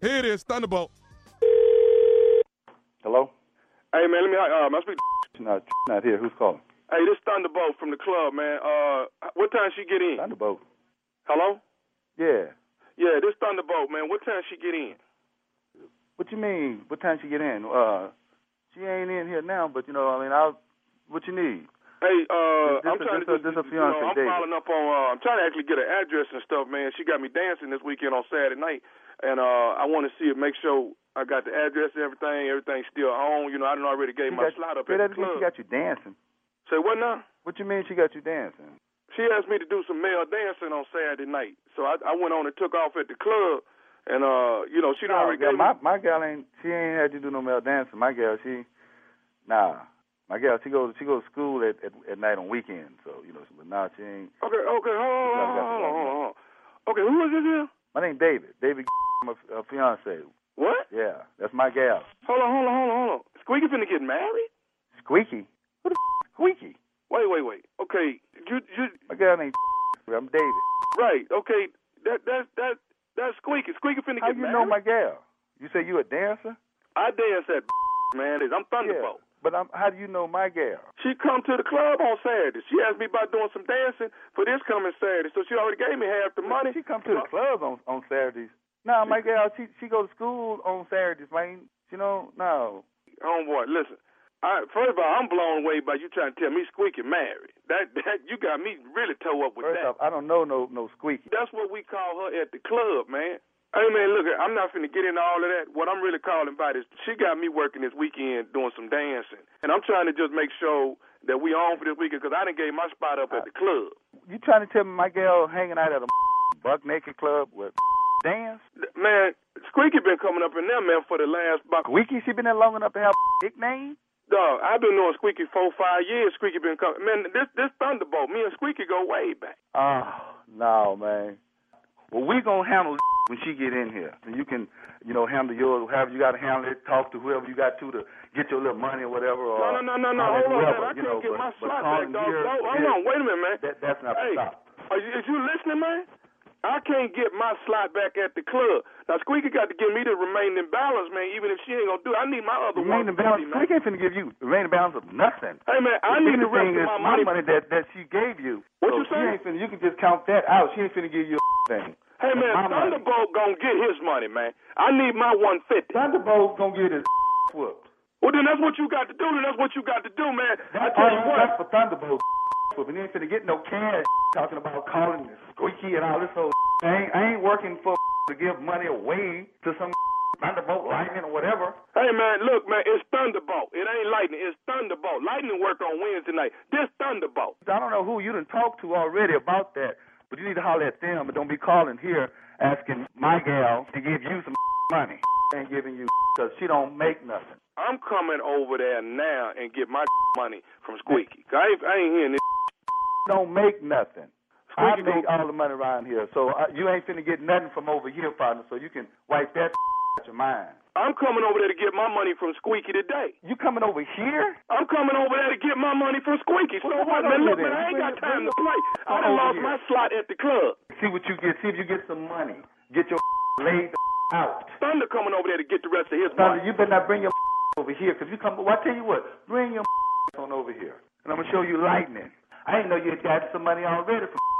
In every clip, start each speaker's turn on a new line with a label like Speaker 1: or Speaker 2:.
Speaker 1: Here it is, Thunderbolt.
Speaker 2: Hello?
Speaker 3: Hey man, let me uh, I speak. to-
Speaker 2: No, not here. Who's calling?
Speaker 3: Hey, this Thunderbolt from the club, man. Uh, what time she get in?
Speaker 2: Thunderbolt.
Speaker 3: Hello?
Speaker 2: Yeah.
Speaker 3: Yeah, this Thunderbolt, man. What time she get in?
Speaker 2: What you mean? What time she get in? Uh, she ain't in here now, but you know, I mean, I'll. What you need?
Speaker 3: Hey, uh,
Speaker 2: This-
Speaker 3: I'm
Speaker 2: this-
Speaker 3: trying
Speaker 2: this-
Speaker 3: to
Speaker 2: this a
Speaker 3: you know,
Speaker 2: fiancé
Speaker 3: I'm
Speaker 2: date.
Speaker 3: following up on. Uh, I'm trying to actually get her address and stuff, man. She got me dancing this weekend on Saturday night, and uh, I want to see it. Make sure I got the address and everything. Everything's still on. You know, I done already gave
Speaker 2: She
Speaker 3: my
Speaker 2: got-
Speaker 3: slot up
Speaker 2: say
Speaker 3: at
Speaker 2: that
Speaker 3: the
Speaker 2: again,
Speaker 3: club.
Speaker 2: She got you dancing.
Speaker 3: Say what now?
Speaker 2: What you mean? She got you dancing?
Speaker 3: she asked me to do some male dancing on Saturday night. So I, I went on and took off at the club, and uh, you know she done
Speaker 2: Nah,
Speaker 3: already
Speaker 2: girl,
Speaker 3: gave
Speaker 2: Oh, my
Speaker 3: me.
Speaker 2: my gal ain't. She ain't had you do no male dancing. My gal, she. Nah, my gal, she goes she goes to school at at, at night on weekends. So you know, but nah, she ain't.
Speaker 3: Okay, okay, hold on, hold on, hold on, hold on. Okay, who is this here?
Speaker 2: My name David. David, my uh, fiance.
Speaker 3: What?
Speaker 2: Yeah, that's my gal.
Speaker 3: Hold on, hold on, hold on, hold on. Squeaky finna get married?
Speaker 2: Squeaky. Who the f- squeaky?
Speaker 3: Wait, wait, wait. Okay, you, you,
Speaker 2: My gal named. I'm David.
Speaker 3: right? Okay, that, that, that, that's Squeaky. Squeaky finna
Speaker 2: How
Speaker 3: get
Speaker 2: you
Speaker 3: married.
Speaker 2: know my gal? You say you a dancer?
Speaker 3: I dance at man. I'm Thunderbolt.
Speaker 2: But I'm, how do you know my gal?
Speaker 3: She come to the club on Saturday. She asked me about doing some dancing for this coming Saturday, so she already gave me half the money.
Speaker 2: She come to the clubs on on Saturdays. Nah, my gal, she she go to school on Saturdays, man. You know, no.
Speaker 3: homeboy, listen. I, first of all, I'm blown away by you trying to tell me Squeaky married. That that you got me really toe up with
Speaker 2: First
Speaker 3: that.
Speaker 2: off, I don't know no no squeaky.
Speaker 3: That's what we call her at the club, man. Hey man, look, I'm not finna get into all of that. What I'm really calling about is she got me working this weekend doing some dancing, and I'm trying to just make sure that we on for this weekend because I done gave my spot up at the club.
Speaker 2: You trying to tell me my gal hanging out at a buck naked club with dance?
Speaker 3: Man, Squeaky been coming up in there, man, for the last about
Speaker 2: Squeaky, she been there long enough to have a nickname?
Speaker 3: Dog, I've been knowing Squeaky four, five years. Squeaky been coming. Man, this this Thunderbolt, me and Squeaky go way back.
Speaker 2: Oh, no, man. Well, we gonna handle when she get in here. And you can, you know, handle yours, however you gotta handle it. Talk to whoever you got to to get your little money or whatever. Or
Speaker 3: No, no, no, no, no.
Speaker 2: call in
Speaker 3: Hold on,
Speaker 2: whoever,
Speaker 3: man. I
Speaker 2: you
Speaker 3: can't
Speaker 2: know,
Speaker 3: get
Speaker 2: but,
Speaker 3: my
Speaker 2: but
Speaker 3: slot back,
Speaker 2: calling
Speaker 3: dog.
Speaker 2: here,
Speaker 3: Dog, Hold
Speaker 2: here,
Speaker 3: on, wait a minute, man.
Speaker 2: That, that's not
Speaker 3: Hey.
Speaker 2: stop.
Speaker 3: Are you, is you listening, man? I can't get my slot back at the club. Now, Squeaky got to give me the remaining balance, man, even if she ain't going to do it. I need my other
Speaker 2: Remaining
Speaker 3: 150,
Speaker 2: balance.
Speaker 3: man.
Speaker 2: Squeaky ain't finna give you remaining balance of nothing.
Speaker 3: Hey, man, I
Speaker 2: The
Speaker 3: need the rest
Speaker 2: biggest thing
Speaker 3: of
Speaker 2: is Oh,
Speaker 3: my money.
Speaker 2: that that she gave you.
Speaker 3: What
Speaker 2: so
Speaker 3: you
Speaker 2: She
Speaker 3: saying?
Speaker 2: ain't finna. You can just count that out. She ain't finna give you a thing.
Speaker 3: Hey, man,
Speaker 2: my money.
Speaker 3: Thunderbolt going to get his money, man. I need my 150.
Speaker 2: Thunderbolt gonna get his whooped.
Speaker 3: Well, then that's what you got to do. Then that's what you got to do, man. I
Speaker 2: That's
Speaker 3: tell you what.
Speaker 2: That's for Thunderbolt. But he ain't finna get no cash talking about calling and squeaky and all this whole. I ain't, I ain't working for to give money away to some Thunderbolt lightning or whatever.
Speaker 3: Hey man, look man, it's Thunderbolt. It ain't lightning, it's Thunderbolt. Lightning work on Wednesday night. This Thunderbolt.
Speaker 2: I don't know who you done talked to already about that, but you need to holler at them. But don't be calling here asking my gal to give you some money. Ain't giving you because she don't make nothing.
Speaker 3: I'm coming over there now and get my money from Squeaky. 'Cause I ain't, I ain't hearing this.
Speaker 2: Don't make nothing. I
Speaker 3: Squeaky
Speaker 2: make
Speaker 3: gon-
Speaker 2: all the money around here, so I, you ain't finna get nothing from over here, partner. So you can wipe that out your mind.
Speaker 3: I'm coming over there to get my money from Squeaky today.
Speaker 2: You coming over here?
Speaker 3: I'm coming over there to get my money from Squeaky. So
Speaker 2: Well,
Speaker 3: what,
Speaker 2: why
Speaker 3: man?
Speaker 2: don't
Speaker 3: Look,
Speaker 2: you
Speaker 3: man,
Speaker 2: then?
Speaker 3: I ain't
Speaker 2: Bring
Speaker 3: got
Speaker 2: it-
Speaker 3: time to
Speaker 2: bring
Speaker 3: play.
Speaker 2: it
Speaker 3: I done
Speaker 2: over
Speaker 3: lost
Speaker 2: here.
Speaker 3: my slot at the club.
Speaker 2: See what you get. See if you get some money. Get your laid out.
Speaker 3: Thunder coming over there to get the rest of his money.
Speaker 2: Thunder, you better not bring your over here, cause you come. Well, I tell you what, bring your on over here, and I'm gonna show you lightning. I didn't know you had gotten some money already from.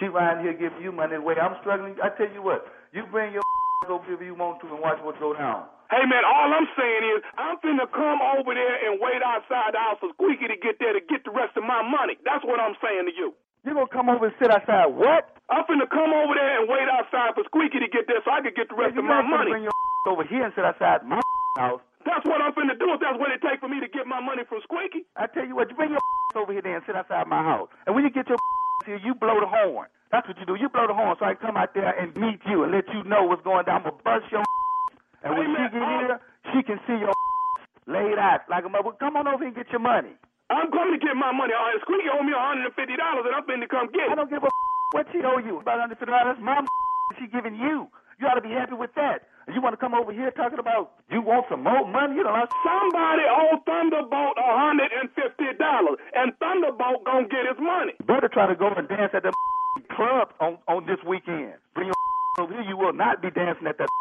Speaker 2: She around here giving you money away. I'm struggling. I tell you what, you bring your over here if you want to, and watch what go down.
Speaker 3: Hey man, all I'm saying is I'm finna come over there and wait outside the house for Squeaky to get there to get the rest of my money. That's what I'm saying to you.
Speaker 2: You gonna come over and sit outside? What?
Speaker 3: I'm finna come over there and wait outside for Squeaky to get there so I can get the rest of
Speaker 2: you
Speaker 3: my
Speaker 2: not gonna
Speaker 3: money.
Speaker 2: Bring your over here and sit outside my house.
Speaker 3: That's what I'm finna do if that's what it takes for me to get my money from Squeaky.
Speaker 2: I tell you what, you bring your over here there and sit outside my house. And when you get your here, you blow the horn. That's what you do. You blow the horn so I can come out there and meet you and let you know what's going down. I'm gonna bust your and
Speaker 3: Hey,
Speaker 2: when she
Speaker 3: man,
Speaker 2: get
Speaker 3: I'm-
Speaker 2: here, she can see your laid out like a mother. Come on over and get your money.
Speaker 3: I'm coming to get my money. All right, Squeaky owe me $150 and I'm finna come get it.
Speaker 2: I don't give a what she owe you. About under fifty dollars, my she giving you. You ought to be happy with that. You want to come over here talking about you want some more money? You know, I
Speaker 3: Somebody owe Thunderbolt $150 and Thunderbolt gonna get his money.
Speaker 2: better try to go and dance at that club on, on this weekend. Bring your over here. You will not be dancing at that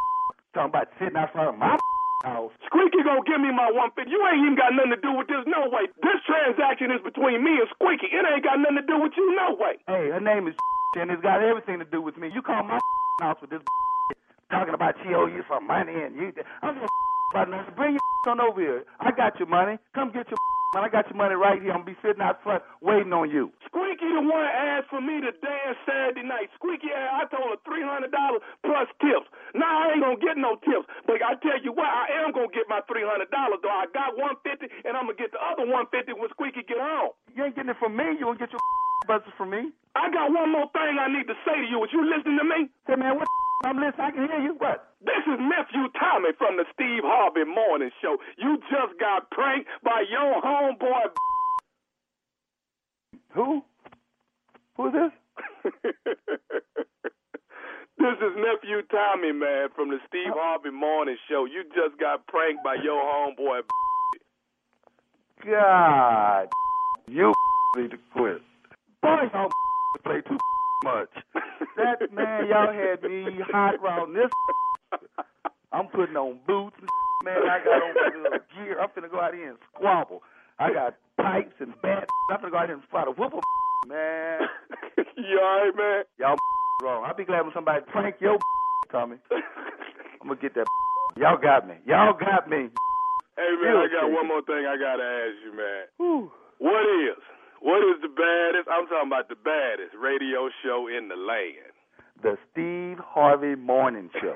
Speaker 2: Talking about sitting outside of my house.
Speaker 3: Squeaky gonna give me my one fifty. You ain't even got nothing to do with this, no way. This transaction is between me and Squeaky. It ain't got nothing to do with you, no way.
Speaker 2: Hey, her name is and it's got everything to do with me. You come my house with this talking about she owe you some money and you. I'm just about nothing. Bring your on over here. I got your money. Come get your man. I got your money right here. I'm gonna be sitting out front waiting on you.
Speaker 3: Squeaky the one asked for me to dance Saturday night. Squeaky, uh, I told her three hundred dollars plus tips. Now I ain't gonna get no tips, but I tell you what, I am gonna get my three hundred dollars though. I got one fifty, and I'm gonna get the other one fifty when Squeaky get home.
Speaker 2: You ain't getting it from me. You gonna get your buzzes from me?
Speaker 3: I got one more thing I need to say to you. Is you listening to me?
Speaker 2: Say, man, what? the I'm listening. I can hear you. What?
Speaker 3: This is nephew Tommy from the Steve Harvey Morning Show. You just got pranked by your homeboy.
Speaker 2: Who? Who is this?
Speaker 3: this is nephew Tommy, man, from the Steve Harvey Morning Show. You just got pranked by your homeboy.
Speaker 2: God, you need to quit. Boy, y'all play too much. That man, y'all had me hot around this. I'm putting on boots, and man. I got on good gear. I'm finna go out here and squabble. I got pipes and bats. I'm finna go out here and fight a whoop a man.
Speaker 3: you alright, man?
Speaker 2: Y'all wrong. I'll be glad when somebody prank your Tommy. I'm gonna get that. Y'all got me. Y'all got me.
Speaker 3: Hey, man, I got one more thing I gotta ask you, man.
Speaker 2: Whew.
Speaker 3: What is? What is the baddest? I'm talking about the baddest radio show in the land.
Speaker 2: The Steve Harvey Morning Show.